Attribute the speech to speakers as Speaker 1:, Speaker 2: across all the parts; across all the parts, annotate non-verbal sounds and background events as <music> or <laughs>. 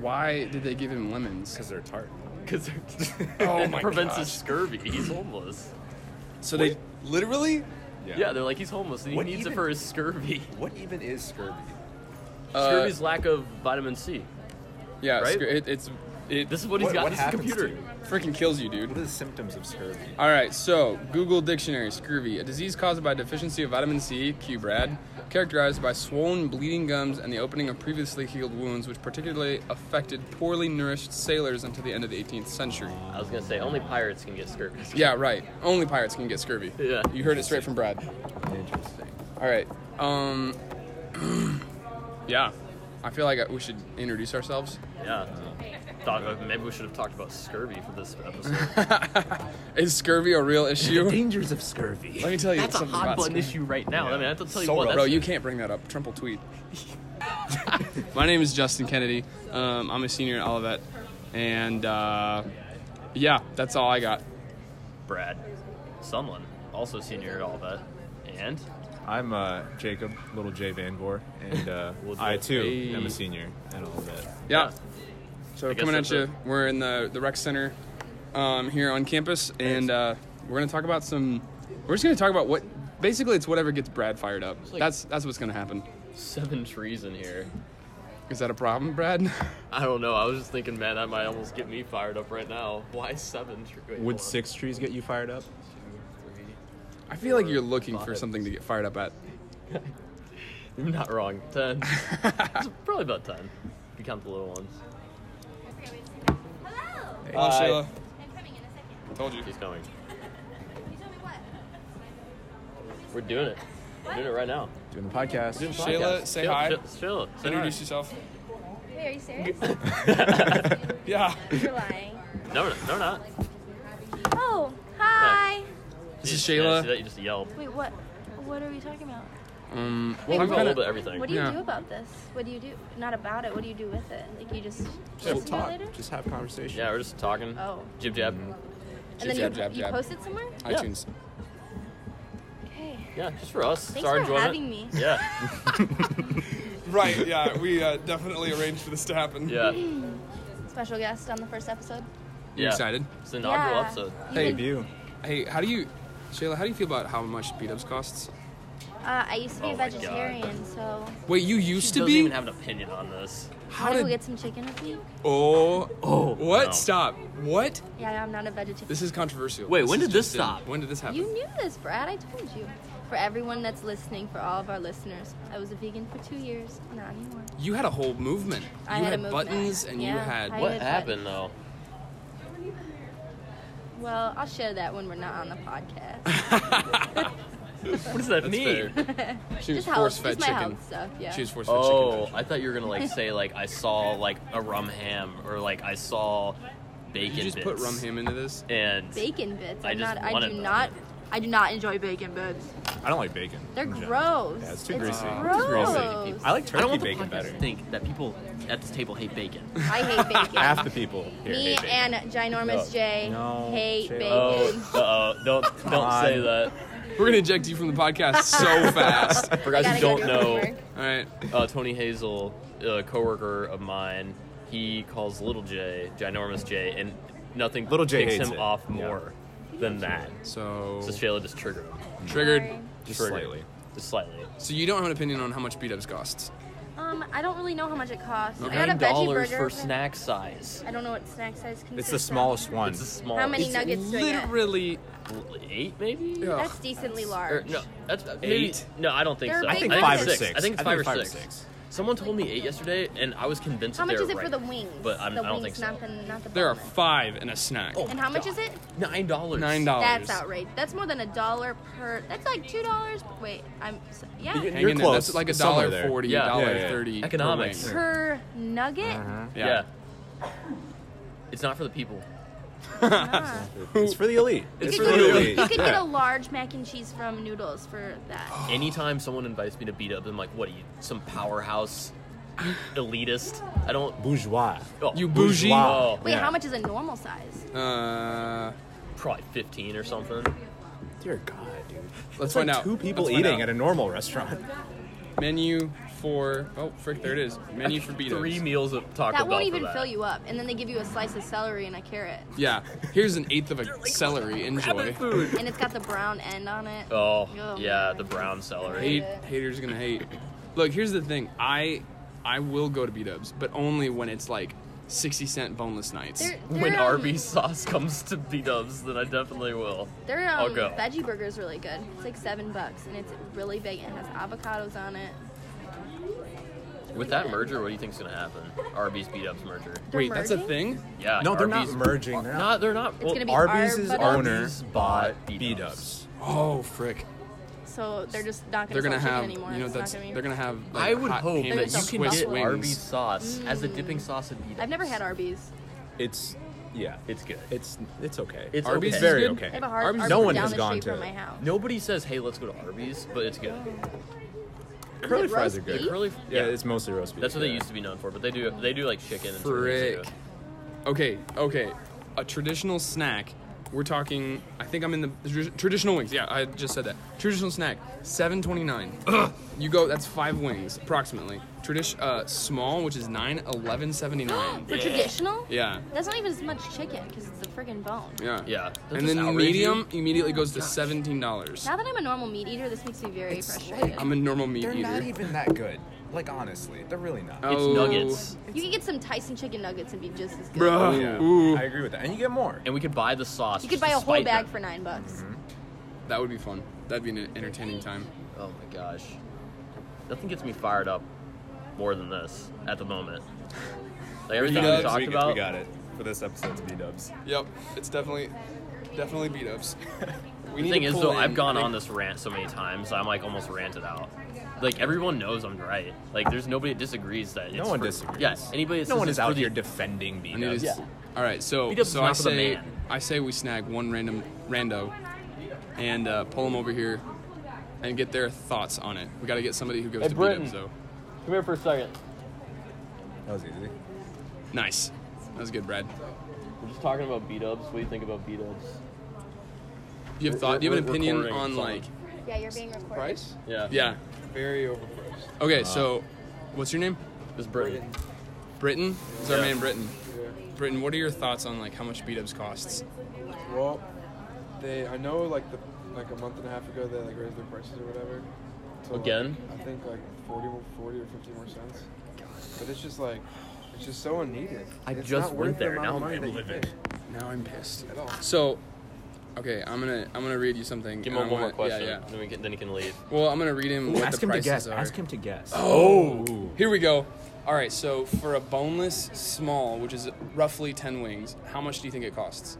Speaker 1: why did they give him lemons?
Speaker 2: because they're tart.
Speaker 3: because <laughs>
Speaker 1: Oh
Speaker 3: it
Speaker 1: my
Speaker 3: prevents
Speaker 1: gosh.
Speaker 3: his scurvy. He's homeless.
Speaker 1: So they
Speaker 2: literally.
Speaker 3: Yeah. they're like he's homeless and he
Speaker 2: What
Speaker 3: needs
Speaker 2: even-
Speaker 3: it for
Speaker 2: <laughs>
Speaker 3: his scurvy.
Speaker 2: What even is scurvy?
Speaker 1: Uh,
Speaker 3: Scurvy's lack of vitamin C.
Speaker 1: yeah,
Speaker 3: Right?
Speaker 1: screw- it, it's it
Speaker 3: This is what he's
Speaker 2: What-
Speaker 3: got
Speaker 2: what
Speaker 3: in his
Speaker 2: happens
Speaker 3: computer.
Speaker 2: to you?
Speaker 1: freaking kills you, dude.
Speaker 2: What are the symptoms of scurvy?
Speaker 1: All right, so Google Dictionary scurvy, a disease caused by deficiency of vitamin C, Q Brad, characterized by swollen, bleeding gums and the opening of previously healed wounds, which particularly affected poorly nourished sailors until the end of the 18th century.
Speaker 3: I was gonna say only pirates can
Speaker 2: <laughs>
Speaker 3: get scurvy.
Speaker 1: Yeah, right. Only pirates can get scurvy.
Speaker 3: Yeah.
Speaker 1: You heard it straight from Brad.
Speaker 2: Interesting.
Speaker 1: All right. Um. <clears throat> yeah, I feel like we should introduce ourselves.
Speaker 3: Yeah. Thought uh, maybe we should have talked about scurvy for this episode.
Speaker 1: <laughs> Is scurvy a
Speaker 2: <laughs>
Speaker 1: real issue?
Speaker 2: dangers of scurvy.
Speaker 1: Let me tell you
Speaker 3: That's a
Speaker 1: something
Speaker 3: hot
Speaker 1: about
Speaker 3: button
Speaker 1: scurvy.
Speaker 3: issue right now. I mean, I have to tell you
Speaker 2: So
Speaker 3: what.
Speaker 2: wrong.
Speaker 3: That's
Speaker 1: Bro, you can't bring that up. Trump will tweet. <laughs> My name is Justin Kennedy. Um, I'm a senior at Olivet. And uh, yeah, that's all I got.
Speaker 3: Brad, someone also senior at all that, and
Speaker 4: I'm uh, Jacob, little J Van Gore, and
Speaker 3: <laughs>
Speaker 4: uh,
Speaker 3: Little
Speaker 4: I
Speaker 3: J.
Speaker 4: too am
Speaker 1: Hey.
Speaker 4: a senior and all of that.
Speaker 1: Yeah.
Speaker 3: Yeah.
Speaker 1: So
Speaker 3: I guess
Speaker 1: coming at
Speaker 3: that's
Speaker 1: you,
Speaker 3: it.
Speaker 1: we're in the, the rec center um, here on campus. And uh, we're going to talk about some. We're just going to talk about what. Basically, it's whatever gets Brad fired up.
Speaker 3: like-
Speaker 1: that's that's what's gonna happen.
Speaker 3: seven trees in here.
Speaker 1: Is that a problem, Brad?
Speaker 3: I don't know. I was just thinking, man, that might almost get me fired up right now. Why seven trees?
Speaker 4: Would six trees get you fired up?
Speaker 1: I feel like you're looking for
Speaker 3: Vibes.
Speaker 1: something to get fired up at.
Speaker 3: You're <laughs> not wrong. Ten.
Speaker 1: <laughs>
Speaker 3: It's Probably about ten. You count the little ones.
Speaker 5: Okay, wait a second. Hello!
Speaker 1: Hello,
Speaker 3: Hi.
Speaker 1: Shayla.
Speaker 5: I'm coming in a second.
Speaker 1: Told you.
Speaker 3: He's coming.
Speaker 5: You told me what?
Speaker 3: We're doing it. We're doing it right now.
Speaker 4: Doing a podcast.
Speaker 3: Doing a
Speaker 1: Shayla,
Speaker 3: podcast.
Speaker 1: say
Speaker 3: Shayla,
Speaker 1: hi.
Speaker 3: Shayla, Shayla, say
Speaker 1: Introduce yourself.
Speaker 5: Wait, are you serious?
Speaker 1: Yeah.
Speaker 5: You're lying.
Speaker 3: hi. No, no, no, not.
Speaker 5: <coughs> Oh, hi!
Speaker 1: This is
Speaker 3: Yeah, I see
Speaker 1: Shayla.
Speaker 3: that you just yelled.
Speaker 5: Wait, what? What are we talking about?
Speaker 1: Um,
Speaker 5: Wait,
Speaker 1: I'm
Speaker 3: Talk about a
Speaker 1: kinda-
Speaker 3: little bit of everything.
Speaker 5: What do you
Speaker 1: Yeah.
Speaker 5: do about this? What do you do? Not about it. What do you do with it? Like you just listen
Speaker 4: Just
Speaker 5: to
Speaker 4: talk.
Speaker 5: it later,
Speaker 4: Just have conversation.
Speaker 3: Yeah, we're just talking.
Speaker 5: Oh.
Speaker 3: Jib jab.
Speaker 1: Mm.
Speaker 5: and then
Speaker 1: jab,
Speaker 5: you,
Speaker 1: jab,
Speaker 5: you
Speaker 1: jab.
Speaker 5: post it somewhere.
Speaker 3: Yeah.
Speaker 1: iTunes.
Speaker 5: Okay.
Speaker 3: Yeah, just for us.
Speaker 5: Thanks
Speaker 3: it's our
Speaker 5: for
Speaker 3: enjoyment.
Speaker 5: having me. <laughs>
Speaker 3: Yeah,
Speaker 1: Right,
Speaker 3: <laughs>
Speaker 1: yeah, we uh, definitely arranged for this to happen.
Speaker 3: yeah.
Speaker 5: Special guest on the first episode.
Speaker 1: You
Speaker 3: yeah.
Speaker 1: excited?
Speaker 3: It's the inaugural
Speaker 5: Yeah.
Speaker 3: episode.
Speaker 5: You
Speaker 1: Hey,
Speaker 5: did-
Speaker 4: Debut.
Speaker 1: Hey, how do you, Shayla, how do you feel about how much beat ups costs?
Speaker 5: Uh, I used to be
Speaker 3: Oh
Speaker 5: a
Speaker 3: my God.
Speaker 5: vegetarian, so
Speaker 1: Wait, you
Speaker 3: She
Speaker 1: used to
Speaker 3: doesn't
Speaker 1: be?
Speaker 3: even have an opinion on this.
Speaker 5: I
Speaker 1: how
Speaker 5: will
Speaker 1: did.
Speaker 5: get some chicken with you.
Speaker 1: Oh,
Speaker 3: Oh,
Speaker 1: what?
Speaker 3: no.
Speaker 1: Stop. What?
Speaker 5: Yeah, I'm not a vegetarian.
Speaker 1: This is controversial.
Speaker 3: Wait, when
Speaker 1: is
Speaker 3: did this
Speaker 1: just in.
Speaker 3: stop?
Speaker 1: When did this happen?
Speaker 5: You knew this, Brad. I told you. For everyone that's listening, for all of our listeners, I was a vegan for two years. Not anymore.
Speaker 1: You had a whole movement.
Speaker 5: I
Speaker 1: you
Speaker 5: had a
Speaker 1: had,
Speaker 5: movement.
Speaker 1: buttons and you
Speaker 5: Yeah,
Speaker 1: had.
Speaker 5: I
Speaker 3: What
Speaker 5: had that.
Speaker 3: happened though?
Speaker 5: Well, I'll share that when we're not on the podcast.
Speaker 3: What does that
Speaker 1: That's
Speaker 3: mean?
Speaker 1: fair. She was
Speaker 5: just health,
Speaker 1: force
Speaker 5: just
Speaker 1: fed
Speaker 5: my
Speaker 1: chicken.
Speaker 5: health stuff. Yeah.
Speaker 1: She was force fed
Speaker 3: Oh,
Speaker 1: chicken.
Speaker 3: I thought you were gonna like say like I saw like a rum ham or like I saw bacon.
Speaker 1: You just put
Speaker 3: bits.
Speaker 1: rum ham into this?
Speaker 3: And
Speaker 5: bacon bits.
Speaker 3: I
Speaker 5: I'm
Speaker 3: just
Speaker 5: not. I
Speaker 3: wanted
Speaker 5: do
Speaker 3: them.
Speaker 5: not. I do not enjoy bacon bits.
Speaker 4: I don't like bacon.
Speaker 5: They're
Speaker 4: in general.
Speaker 5: gross.
Speaker 4: Yeah, it's too
Speaker 5: It's
Speaker 4: greasy.
Speaker 5: gross. Oh.
Speaker 4: It's greasy. I like
Speaker 3: I
Speaker 4: turkey
Speaker 3: don't want the
Speaker 4: bacon
Speaker 3: podcast
Speaker 4: better.
Speaker 3: to think that people at this table
Speaker 4: <laughs>
Speaker 3: hate bacon.
Speaker 5: I hate bacon.
Speaker 4: Half the people here
Speaker 5: Me
Speaker 4: hate bacon.
Speaker 5: and ginormous
Speaker 3: No.
Speaker 5: J
Speaker 4: No,
Speaker 5: hate
Speaker 4: Shayla.
Speaker 5: bacon.
Speaker 3: <laughs> uh oh,
Speaker 4: <laughs>
Speaker 3: don't
Speaker 4: on. say
Speaker 3: that.
Speaker 1: We're going to eject you from the podcast so
Speaker 3: <laughs>
Speaker 1: fast.
Speaker 3: For
Speaker 5: I
Speaker 3: guys who
Speaker 5: gotta go
Speaker 3: don't
Speaker 5: to
Speaker 3: know,
Speaker 5: homework.
Speaker 1: All right.
Speaker 3: uh, Tony Hazel, a coworker of mine, he calls Little J ginormous J, and nothing
Speaker 4: Little J
Speaker 3: ticks
Speaker 4: hates
Speaker 3: him
Speaker 4: it.
Speaker 3: off
Speaker 4: Yeah.
Speaker 3: more than that.
Speaker 1: So,
Speaker 3: So Shayla just triggered him,
Speaker 1: triggered.
Speaker 5: Sorry.
Speaker 4: Just
Speaker 3: Triggered.
Speaker 4: slightly.
Speaker 3: just slightly.
Speaker 1: So you don't have an opinion on how much beat ups costs?
Speaker 5: Um, I don't really know how much it costs.
Speaker 1: Okay.
Speaker 5: I got a
Speaker 3: Nine
Speaker 5: veggie
Speaker 3: dollars
Speaker 5: burger.
Speaker 3: for snack size.
Speaker 5: I don't know what snack size.
Speaker 4: It's
Speaker 5: consists
Speaker 4: the
Speaker 5: of.
Speaker 4: smallest one.
Speaker 3: It's a small.
Speaker 5: How many
Speaker 3: it's
Speaker 5: nuggets do I get?
Speaker 1: Literally,
Speaker 3: Eight maybe?
Speaker 1: Yeah.
Speaker 5: That's decently
Speaker 3: er,
Speaker 5: large.
Speaker 3: No, that's eight.
Speaker 1: Eight?
Speaker 3: no, I don't think
Speaker 5: They're
Speaker 3: so.
Speaker 5: I think
Speaker 4: five
Speaker 3: it's
Speaker 4: or six.
Speaker 3: I think it's
Speaker 4: I
Speaker 3: five,
Speaker 4: think
Speaker 3: or,
Speaker 4: five or
Speaker 3: six.
Speaker 4: six.
Speaker 3: Someone told me eight yesterday, and I was convinced.
Speaker 5: How
Speaker 3: that
Speaker 5: much
Speaker 3: they
Speaker 5: is it
Speaker 3: were
Speaker 5: for
Speaker 3: right.
Speaker 5: the wings?
Speaker 3: But I'm,
Speaker 5: the
Speaker 3: I don't
Speaker 5: wings,
Speaker 3: think so.
Speaker 5: not the not the.
Speaker 1: there are
Speaker 5: boneless.
Speaker 1: five in a snack.
Speaker 3: Oh.
Speaker 5: And how much is it?
Speaker 3: Nine dollars.
Speaker 1: Nine dollars.
Speaker 5: That's outrageous. That's more than a dollar per. That's like two dollars. Wait, I'm. s- Yeah.
Speaker 4: You-
Speaker 1: Hang
Speaker 4: You're
Speaker 1: in there.
Speaker 4: close.
Speaker 1: That's like a
Speaker 4: It's somewhere
Speaker 1: dollar
Speaker 4: there.
Speaker 1: forty,
Speaker 3: Yeah.
Speaker 1: dollar
Speaker 4: Yeah, yeah.
Speaker 1: thirty. per
Speaker 3: Economics.
Speaker 1: wing.
Speaker 5: Per nugget.
Speaker 3: Yeah.
Speaker 1: Yeah.
Speaker 3: It's not for the people.
Speaker 5: Nah.
Speaker 4: It's for the elite.
Speaker 5: You
Speaker 4: It's
Speaker 5: Ah. could
Speaker 4: for
Speaker 5: go-
Speaker 4: the elite.
Speaker 5: You could get a
Speaker 4: Yeah.
Speaker 5: large mac and cheese from noodles for
Speaker 3: Oh,
Speaker 5: that.
Speaker 3: Anytime someone invites me to beat up, I'm like, "What are you? Some
Speaker 5: <laughs>
Speaker 3: powerhouse elitist? I don't."
Speaker 4: bourgeois.
Speaker 3: Oh,
Speaker 1: You bougie.
Speaker 4: Bourgeois.
Speaker 5: Wait,
Speaker 4: Yeah.
Speaker 5: how much is a normal size?
Speaker 1: Uh,
Speaker 3: probably fifteen or something.
Speaker 4: Dear God, dude.
Speaker 1: let's
Speaker 4: It's like
Speaker 1: find out.
Speaker 4: two people
Speaker 1: Let's find
Speaker 4: eating
Speaker 1: out.
Speaker 4: at a normal restaurant.
Speaker 1: menu for oh frick, there it is. Menu for Beatos.
Speaker 3: Three meals of Taco
Speaker 5: That
Speaker 3: Bell
Speaker 5: won't
Speaker 3: for
Speaker 5: even
Speaker 3: that.
Speaker 5: fill you up. And then they give you a slice of celery and a carrot.
Speaker 1: Yeah, here's an eighth of a celery. Enjoy.
Speaker 3: Food.
Speaker 5: And it's got the brown end on it.
Speaker 3: Oh,
Speaker 5: Oh,
Speaker 3: yeah,
Speaker 5: man.
Speaker 3: the brown celery.
Speaker 1: Hate haters gonna hate. Look, here's the thing. I I will go to B Dubs, but only when it's like sixty cent boneless nights.
Speaker 5: They're- they're,
Speaker 3: When
Speaker 5: um,
Speaker 3: Arby's sauce comes to B Dubs, then I definitely will.
Speaker 5: Their
Speaker 3: I'll
Speaker 5: um,
Speaker 3: go.
Speaker 5: veggie burger is really good. It's like seven bucks, and it's really big and it has avocados on it.
Speaker 3: With that merger, what do you think's gonna happen? Arby's B Dubs merger.
Speaker 5: They're
Speaker 1: Wait, that's a
Speaker 5: merging?
Speaker 1: thing?
Speaker 3: Yeah.
Speaker 2: No, they're not
Speaker 3: Arby's,
Speaker 2: merging. They're not.
Speaker 3: Not. They're not. well,
Speaker 5: gonna be-
Speaker 2: Arby's
Speaker 5: Arby's
Speaker 2: is
Speaker 5: bought-
Speaker 2: owner
Speaker 3: Arby's bought
Speaker 2: bought
Speaker 3: B
Speaker 2: B
Speaker 3: Dubs.
Speaker 2: Dubs.
Speaker 1: Oh frick.
Speaker 5: So they're just not
Speaker 1: They're
Speaker 5: gonna,
Speaker 1: gonna
Speaker 5: sell
Speaker 1: have
Speaker 5: chicken
Speaker 1: you
Speaker 5: anymore.
Speaker 1: know
Speaker 5: it's
Speaker 1: that's
Speaker 5: not gonna be.
Speaker 1: they're gonna have like,
Speaker 3: I would
Speaker 1: hot
Speaker 3: hope
Speaker 1: ham
Speaker 5: They're
Speaker 3: that
Speaker 1: and
Speaker 5: just
Speaker 3: you
Speaker 5: a
Speaker 3: can
Speaker 1: Swiss
Speaker 3: get
Speaker 5: buffalo.
Speaker 3: Arby's
Speaker 1: wings.
Speaker 3: sauce as the dipping sauce of B Dubs.
Speaker 5: Mm. I've never had Arby's.
Speaker 2: It's yeah.
Speaker 3: It's good.
Speaker 2: It's it's okay.
Speaker 3: It's
Speaker 1: Arby's
Speaker 3: okay.
Speaker 1: is
Speaker 2: very
Speaker 1: good?
Speaker 5: I
Speaker 2: okay.
Speaker 5: have a hard
Speaker 1: Arby's-
Speaker 5: Arby's
Speaker 2: no one
Speaker 5: down
Speaker 2: has
Speaker 5: the
Speaker 2: gone
Speaker 5: street
Speaker 2: to
Speaker 5: from
Speaker 2: it.
Speaker 5: my house.
Speaker 3: Nobody says, "Hey, let's go to Arby's," but it's good.
Speaker 2: Curly
Speaker 5: it
Speaker 2: fries
Speaker 5: roast
Speaker 2: are good.
Speaker 5: beef?
Speaker 3: Curly,
Speaker 2: yeah, it's mostly roast beef.
Speaker 3: That's what they
Speaker 2: yeah.
Speaker 3: used to be known for, but they do they do like chicken and
Speaker 1: Frick.
Speaker 3: turkeys, too.
Speaker 1: Okay, okay. A traditional snack. We're talking. I think I'm in the tr- traditional wings. Yeah, I just said that. Traditional snack, seven twenty nine. You go. That's five wings approximately. Tradition uh, small, which is nine eleven seventy
Speaker 5: <gasps>
Speaker 1: nine.
Speaker 5: <gasps> For traditional?
Speaker 1: Yeah.
Speaker 5: That's not even as much chicken because it's the friggin' bone.
Speaker 1: Yeah.
Speaker 3: Yeah, that's
Speaker 1: And
Speaker 3: just
Speaker 1: then
Speaker 3: outrageous.
Speaker 1: medium immediately goes to seventeen dollars.
Speaker 5: Now that I'm a normal meat eater, this makes me very frustrated.
Speaker 1: I'm a normal meat
Speaker 2: They're
Speaker 1: eater.
Speaker 2: not even that good. Like honestly, they're really not.
Speaker 1: Oh.
Speaker 3: It's nuggets,
Speaker 5: you could get some Tyson chicken nuggets and be just as good.
Speaker 1: Bruh.
Speaker 2: Oh, Yeah,
Speaker 1: Ooh.
Speaker 2: I agree with that. And you get more.
Speaker 3: and we could buy the sauce.
Speaker 5: You
Speaker 3: just
Speaker 5: could buy
Speaker 3: to
Speaker 5: a whole
Speaker 3: spite
Speaker 5: bag
Speaker 3: them.
Speaker 5: for nine bucks.
Speaker 1: That would be fun. That'd be an entertaining time.
Speaker 3: Oh my gosh, nothing gets me fired up more than this at the moment. Like everything we
Speaker 1: Nugs,
Speaker 3: talked
Speaker 2: we,
Speaker 3: about.
Speaker 2: we got it for this episode's B Dubs.
Speaker 1: Yep. It's definitely, definitely beat ups. <laughs>
Speaker 3: The thing is, though, I've gone on this rant so many times, I'm like almost ranted out. Like everyone knows I'm right. Like there's nobody that disagrees that. It's
Speaker 2: No one
Speaker 3: for,
Speaker 2: disagrees.
Speaker 3: Yeah, anybody. That
Speaker 2: No
Speaker 3: says
Speaker 2: one is
Speaker 3: it's for
Speaker 2: out
Speaker 3: the-
Speaker 2: here defending B
Speaker 1: And it
Speaker 2: Dubs.
Speaker 1: is. All right, so
Speaker 3: Beat up is
Speaker 1: so
Speaker 3: not
Speaker 1: I
Speaker 3: for the
Speaker 1: say
Speaker 3: man.
Speaker 1: I say we snag one random rando, and uh, pull him over here, and get their thoughts on it. We got to get somebody who goes
Speaker 3: Hey,
Speaker 1: to
Speaker 3: Britton.
Speaker 1: beat up. So
Speaker 3: Come here for a second.
Speaker 2: That was easy.
Speaker 1: nice. That was good, Brad.
Speaker 3: We're just talking about beat ups. What do you think about beat ups?
Speaker 1: Do you have thought? Do you have an opinion on like
Speaker 5: Yeah, you're being recorded.
Speaker 3: Yeah.
Speaker 1: yeah?
Speaker 6: Very overpriced.
Speaker 1: Okay, so what's your name?
Speaker 3: This Britain.
Speaker 1: Britton. It's our
Speaker 3: Yeah.
Speaker 1: man, Britton. Britton, what are your thoughts on like how much beat ups costs?
Speaker 6: Well, they I know like the like a month and a half ago they like raised their prices or whatever. To, like,
Speaker 3: Again?
Speaker 6: I think like 40, more- 40 or fifty more cents. But it's just like it's just so unneeded.
Speaker 3: I
Speaker 6: It's
Speaker 3: just
Speaker 6: not
Speaker 3: went
Speaker 6: worth the
Speaker 3: there,
Speaker 6: amount of
Speaker 3: now I'm
Speaker 6: money that you
Speaker 3: livid.
Speaker 6: pay
Speaker 1: Now I'm pissed.
Speaker 6: At all.
Speaker 1: So, okay, I'm gonna I'm gonna read you something.
Speaker 3: Give
Speaker 1: and
Speaker 3: him
Speaker 1: I
Speaker 3: one more
Speaker 1: wanna-
Speaker 3: question,
Speaker 1: Yeah, yeah.
Speaker 3: then we can then he can leave.
Speaker 1: Well, I'm gonna read him what
Speaker 2: ask
Speaker 1: the
Speaker 2: him to
Speaker 1: prices
Speaker 2: guess.
Speaker 1: are.
Speaker 2: Ask him to guess.
Speaker 1: Oh,
Speaker 2: Ooh.
Speaker 1: here we go. All right, so for a boneless small, which is roughly 10 wings, how much do you think it costs?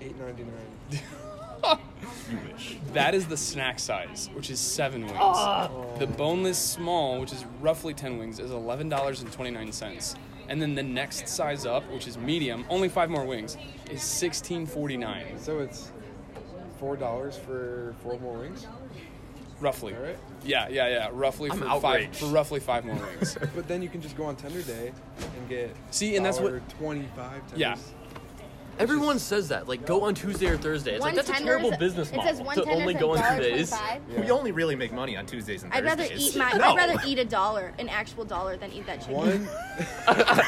Speaker 6: Eight ninety nine.
Speaker 1: That is the snack size, which is seven wings.
Speaker 2: Ah.
Speaker 1: The boneless small, which is roughly 10 wings, is $11.29. And then the next size up, which is medium, only five more wings, is $16.49,
Speaker 6: So it's four dollars for four more wings.
Speaker 1: roughly.
Speaker 6: All right.
Speaker 1: Yeah, yeah, yeah, roughly
Speaker 3: I'm
Speaker 1: for, five,
Speaker 3: outraged.
Speaker 1: for roughly five more
Speaker 6: <laughs>
Speaker 1: wings.
Speaker 6: But then you can just go on Tender Day and get
Speaker 1: See, and that's what-
Speaker 6: twenty five.
Speaker 1: Yeah.
Speaker 3: Everyone says that. Like, go on Tuesday or Thursday. It's like
Speaker 5: One
Speaker 3: that's a
Speaker 5: tender
Speaker 3: terrible
Speaker 5: is-
Speaker 3: business
Speaker 5: it
Speaker 3: model
Speaker 5: says one
Speaker 3: to
Speaker 5: tender's
Speaker 3: only
Speaker 5: a
Speaker 3: go on
Speaker 5: dollar
Speaker 3: Tuesdays.
Speaker 5: 25.
Speaker 2: We only really make money on Tuesdays and
Speaker 5: I'd
Speaker 2: Thursdays.
Speaker 5: rather eat my.
Speaker 2: No.
Speaker 5: I'd rather
Speaker 2: <laughs>
Speaker 5: eat a dollar, an actual dollar, than eat that chicken.
Speaker 6: One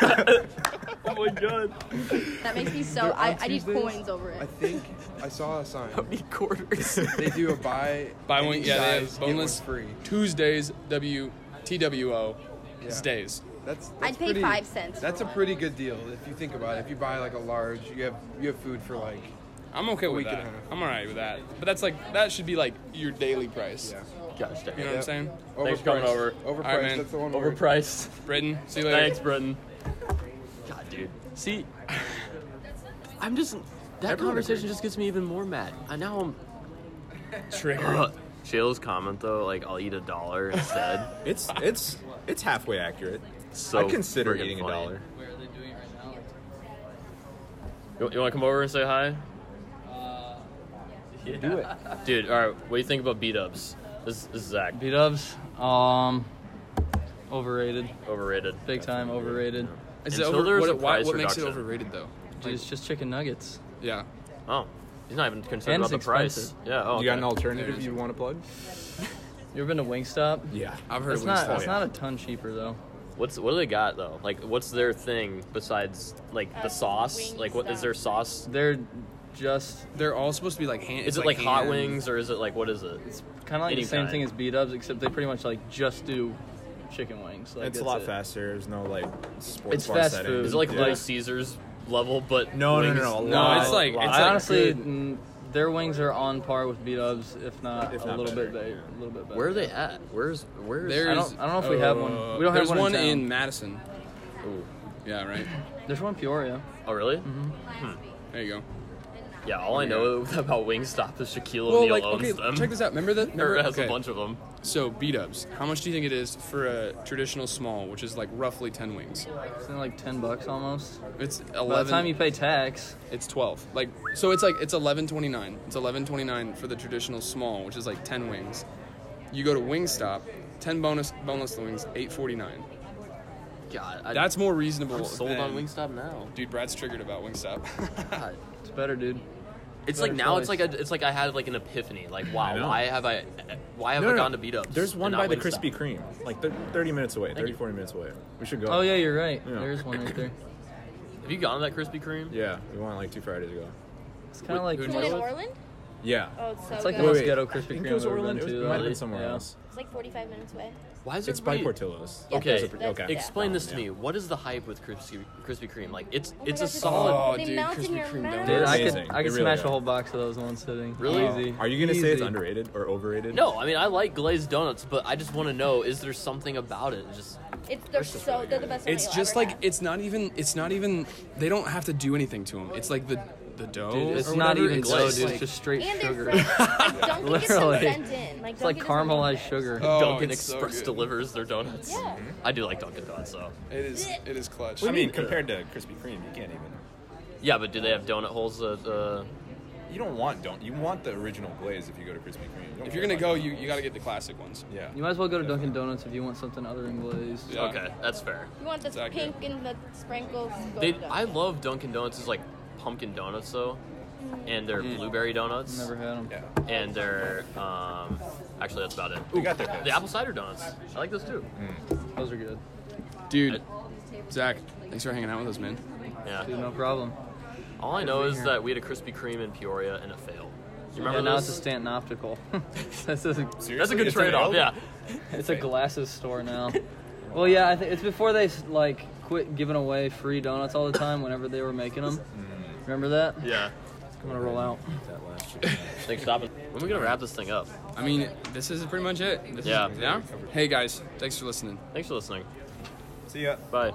Speaker 3: Oh my god.
Speaker 5: That makes me so.
Speaker 6: they're on
Speaker 5: I, I need
Speaker 6: Tuesdays.
Speaker 5: coins over
Speaker 6: I
Speaker 5: it.
Speaker 6: think I saw a sign.
Speaker 3: <laughs> Need quarters.
Speaker 6: They do a buy
Speaker 1: <laughs> Buy
Speaker 6: any
Speaker 1: one, yeah, they
Speaker 6: size,
Speaker 1: have
Speaker 6: get one
Speaker 1: boneless
Speaker 6: free.
Speaker 1: Tuesdays, W, TWO,
Speaker 6: Yeah.
Speaker 1: stays.
Speaker 6: That's,
Speaker 5: I'd
Speaker 6: that's
Speaker 5: pay
Speaker 6: pretty-
Speaker 5: five cents
Speaker 6: That's
Speaker 5: for
Speaker 6: a
Speaker 5: one.
Speaker 6: pretty good deal if you think about it. If you buy like a large, you have you have food for like
Speaker 1: I'm okay with
Speaker 6: week and
Speaker 1: that.
Speaker 6: a half.
Speaker 1: I'm alright with that. But that's like that should be like your daily price.
Speaker 6: yeah.
Speaker 3: Gosh dang
Speaker 1: You know
Speaker 3: it.
Speaker 1: what I'm saying?
Speaker 3: Thanks for coming
Speaker 6: Overpriced.
Speaker 3: over.
Speaker 6: Overpriced.
Speaker 1: All right, man.
Speaker 6: That's the one word.
Speaker 3: Overpriced.
Speaker 1: Britain, see you later.
Speaker 3: Thanks, Brendan. God, dude. See, I'm just. That conversation just gets me even more mad. I now I'm.
Speaker 1: Trigger.
Speaker 3: Shayla's comment though, like I'll eat a <laughs> dollar instead.
Speaker 2: <laughs> It's it's it's halfway accurate.
Speaker 3: so
Speaker 2: I consider
Speaker 3: friggin'
Speaker 2: eating
Speaker 3: funny.
Speaker 2: a dollar.
Speaker 3: You, want to come over and say hi? Do it, Uh, dude. All right, what do you think about beat ups? This, this is Zach.
Speaker 7: Beat ups, um, overrated,
Speaker 3: Overrated.
Speaker 7: big time overrated.
Speaker 1: Is it
Speaker 3: Until
Speaker 1: over,
Speaker 3: there's
Speaker 1: what,
Speaker 3: a
Speaker 1: why,
Speaker 3: price
Speaker 1: what makes it
Speaker 3: reduction.
Speaker 1: overrated though?
Speaker 7: Dude, it's just chicken nuggets.
Speaker 1: Yeah.
Speaker 3: Oh, he's not even concerned
Speaker 7: And
Speaker 3: about
Speaker 7: it's
Speaker 3: the price.
Speaker 7: expensive.
Speaker 3: Yeah. Oh,
Speaker 2: You got an
Speaker 3: okay.
Speaker 2: alternative you want to plug?
Speaker 7: You ever been to Wingstop?
Speaker 2: Yeah.
Speaker 1: I've heard
Speaker 7: It's
Speaker 1: of
Speaker 7: not.
Speaker 1: Wingstop.
Speaker 7: It's not a ton cheaper though.
Speaker 3: What's what do they got though? Like what's their thing besides like the
Speaker 5: Uh,
Speaker 3: sauce? Like what is their
Speaker 5: Wingstop.
Speaker 3: sauce?
Speaker 7: They're just
Speaker 1: They're all supposed to be like hand. it's
Speaker 3: Is it like hot
Speaker 1: hand-
Speaker 3: wings or is it like what is it? It's
Speaker 7: kind of like
Speaker 3: Any
Speaker 7: the same
Speaker 3: kind.
Speaker 7: thing as B Dubs, except they pretty much like just do chicken wings. Like,
Speaker 4: it's a
Speaker 7: that's
Speaker 4: lot
Speaker 7: it.
Speaker 4: faster. There's no like sports
Speaker 7: It's
Speaker 4: bar
Speaker 7: fast
Speaker 4: setting.
Speaker 7: food.
Speaker 3: is it like
Speaker 4: yeah.
Speaker 3: Little Caesars level but
Speaker 4: No, no, no,
Speaker 3: wings?
Speaker 4: no, no,
Speaker 7: No,
Speaker 1: No, it's like-
Speaker 7: I
Speaker 1: it's like
Speaker 7: honestly,
Speaker 1: good.
Speaker 7: mm, their wings are on par with B Dubs, if not
Speaker 4: If
Speaker 7: a
Speaker 4: not
Speaker 7: little bit,
Speaker 4: better,
Speaker 7: better, a little bit better.
Speaker 3: Where are they at? Where's where's
Speaker 1: There's,
Speaker 7: I don't- I don't know if we have one.
Speaker 1: uh,
Speaker 7: We don't have
Speaker 1: there's
Speaker 7: one in
Speaker 1: one
Speaker 7: town.
Speaker 1: in Madison.
Speaker 3: Ooh.
Speaker 1: Yeah, right.
Speaker 7: There's one in Peoria.
Speaker 3: Oh really?
Speaker 1: There you go.
Speaker 3: Yeah, all I know <laughs> about Wingstop is Shaquille
Speaker 1: Well,
Speaker 3: O'Neal
Speaker 1: like,
Speaker 3: owns
Speaker 1: okay,
Speaker 3: them.
Speaker 1: check this out. Remember that?
Speaker 3: <laughs> Or
Speaker 1: Remember,
Speaker 3: has
Speaker 1: okay.
Speaker 3: a bunch of them.
Speaker 1: So B Dubs, how much do you think it is for a traditional small, which is like roughly ten wings?
Speaker 7: Isn't it like ten bucks almost?
Speaker 1: It's
Speaker 7: By
Speaker 1: eleven.
Speaker 7: the time you pay tax,
Speaker 1: it's twelve. Like so, it's like it's eleven twenty nine. It's eleven twenty nine for the traditional small, which is like ten wings. You go to Wingstop, ten bonus boneless wings, eight forty nine.
Speaker 3: God, I,
Speaker 1: That's more reasonable.
Speaker 3: I'm sold
Speaker 1: than-
Speaker 3: on Wingstop <laughs> now.
Speaker 1: Dude, Brad's triggered about Wingstop. <laughs>
Speaker 7: <laughs>
Speaker 3: God.
Speaker 7: it's better, dude.
Speaker 3: It's
Speaker 7: Better
Speaker 3: like now it's
Speaker 7: choice.
Speaker 3: like a, it's like I had like an epiphany. Like wow,
Speaker 4: know.
Speaker 3: why have I why have
Speaker 4: No,
Speaker 3: I
Speaker 4: no,
Speaker 3: gone
Speaker 4: no.
Speaker 3: to beat ups?
Speaker 4: There's one by the Krispy Kreme, like thir- 30 minutes away, 30, 40 minutes away. We should go.
Speaker 7: Oh yeah, you're right.
Speaker 4: Yeah.
Speaker 7: There's one right there.
Speaker 3: Have you gone to that Krispy Kreme?
Speaker 4: Yeah, we went like two Fridays ago.
Speaker 7: It's kind of
Speaker 3: Who-
Speaker 7: like
Speaker 3: who
Speaker 5: The
Speaker 7: the
Speaker 5: one in
Speaker 3: knows?
Speaker 7: most-
Speaker 5: Orland?
Speaker 4: Yeah.
Speaker 5: Oh, it's so
Speaker 7: it's like
Speaker 5: good.
Speaker 7: the
Speaker 4: Wait,
Speaker 7: most
Speaker 4: wait.
Speaker 7: ghetto
Speaker 4: I
Speaker 7: Krispy
Speaker 4: think
Speaker 7: Kreme
Speaker 4: it was
Speaker 7: I've ever
Speaker 4: Orland.
Speaker 7: been
Speaker 4: It
Speaker 7: to.
Speaker 4: was- might have
Speaker 7: like,
Speaker 4: been somewhere
Speaker 7: yeah.
Speaker 4: else.
Speaker 5: It's like 45 minutes away. Oh
Speaker 3: Why is
Speaker 4: It's by
Speaker 3: everybody-
Speaker 4: Portillo's.
Speaker 5: Yeah,
Speaker 3: Okay,
Speaker 5: that's- that's-
Speaker 4: okay.
Speaker 5: yeah.
Speaker 3: Explain this to
Speaker 4: Yeah.
Speaker 3: me. What is the hype with Krispy, Krispy Kreme? Like it's
Speaker 5: Oh my
Speaker 3: it's
Speaker 5: gosh,
Speaker 3: a solid.
Speaker 1: Oh,
Speaker 5: they
Speaker 1: dude,
Speaker 5: melt in
Speaker 1: Krispy
Speaker 5: your
Speaker 1: Kreme
Speaker 5: mouth.
Speaker 7: Dude, I
Speaker 4: Amazing.
Speaker 7: could I could
Speaker 4: They really
Speaker 7: smash
Speaker 4: are.
Speaker 7: a whole box of those in one sitting.
Speaker 3: Really?
Speaker 7: Easy.
Speaker 4: Are you gonna say it's
Speaker 7: Easy.
Speaker 4: underrated or overrated?
Speaker 3: No, I mean I like glazed donuts, but I just want to know is there something about it? Just
Speaker 5: It's they're
Speaker 3: This is
Speaker 5: so
Speaker 3: really
Speaker 5: they're
Speaker 3: good.
Speaker 5: the best.
Speaker 1: It's just like it's not even. It's not even. They don't have to do anything to them. It's like the the dough.
Speaker 7: Dude,
Speaker 1: or
Speaker 7: it's not
Speaker 1: whatever.
Speaker 7: even
Speaker 1: It's
Speaker 7: dough,
Speaker 1: just
Speaker 7: dude.
Speaker 1: like-
Speaker 7: It's just straight
Speaker 5: And they're
Speaker 7: sugar.
Speaker 5: fresh. like, don't get some
Speaker 7: Literally.
Speaker 5: scent in. Like,
Speaker 7: It's like caramelized sugar.
Speaker 1: Oh,
Speaker 3: Dunkin'
Speaker 1: it's so
Speaker 3: Express
Speaker 1: good.
Speaker 3: delivers their donuts.
Speaker 5: Yeah.
Speaker 3: I do like Dunkin' Donuts though.
Speaker 1: It is. It is clutch.
Speaker 4: I mean, compared to Krispy Kreme, you can't even.
Speaker 3: Yeah, but do they have donut holes? At, uh,
Speaker 2: You don't want don't you want the original glaze if you go to Krispy Kreme. You don't
Speaker 1: if you're
Speaker 2: care
Speaker 1: gonna
Speaker 2: about
Speaker 1: go,
Speaker 2: the
Speaker 1: you
Speaker 2: glaze.
Speaker 1: you gotta get the classic ones.
Speaker 2: Yeah.
Speaker 7: You might as well go to Dunkin' Donuts if you want something other than glazed.
Speaker 1: Yeah.
Speaker 3: Okay, that's fair.
Speaker 5: You want this
Speaker 1: Exactly.
Speaker 5: pink and the sprinkles.
Speaker 3: They,
Speaker 5: golden.
Speaker 3: I love Dunkin' Donuts. It's like pumpkin donuts though,
Speaker 5: Mm.
Speaker 3: and their blueberry donuts,
Speaker 7: Never had them.
Speaker 2: Yeah.
Speaker 3: and their um, actually that's about it.
Speaker 2: We got there.
Speaker 3: The apple cider donuts. I like those too.
Speaker 7: Those are good.
Speaker 1: Dude, Zach, thanks for hanging out with us, man.
Speaker 7: Dude,
Speaker 3: Yeah.
Speaker 7: no problem.
Speaker 3: All I know is that we had a Krispy Kreme in Peoria and it failed. You remember
Speaker 7: and now it's a
Speaker 3: this?
Speaker 7: Stanton Optical. <laughs> This is a-
Speaker 3: That's a good
Speaker 2: It's an
Speaker 3: trade-off.
Speaker 2: L?
Speaker 3: Yeah.
Speaker 7: it's a glasses
Speaker 4: <laughs>
Speaker 7: store now. well, yeah, I think it's before they like quit giving away free donuts all the time whenever they were making them.
Speaker 4: Mm.
Speaker 7: Remember that?
Speaker 3: Yeah.
Speaker 7: I'm gonna roll out.
Speaker 4: That last year.
Speaker 3: Thanks, stopping. When are we gonna wrap this thing up?
Speaker 1: I mean, this is pretty much it. This is-
Speaker 3: Yeah.
Speaker 1: yeah. Hey guys, thanks for listening.
Speaker 3: Thanks for listening.
Speaker 2: See ya.
Speaker 3: Bye.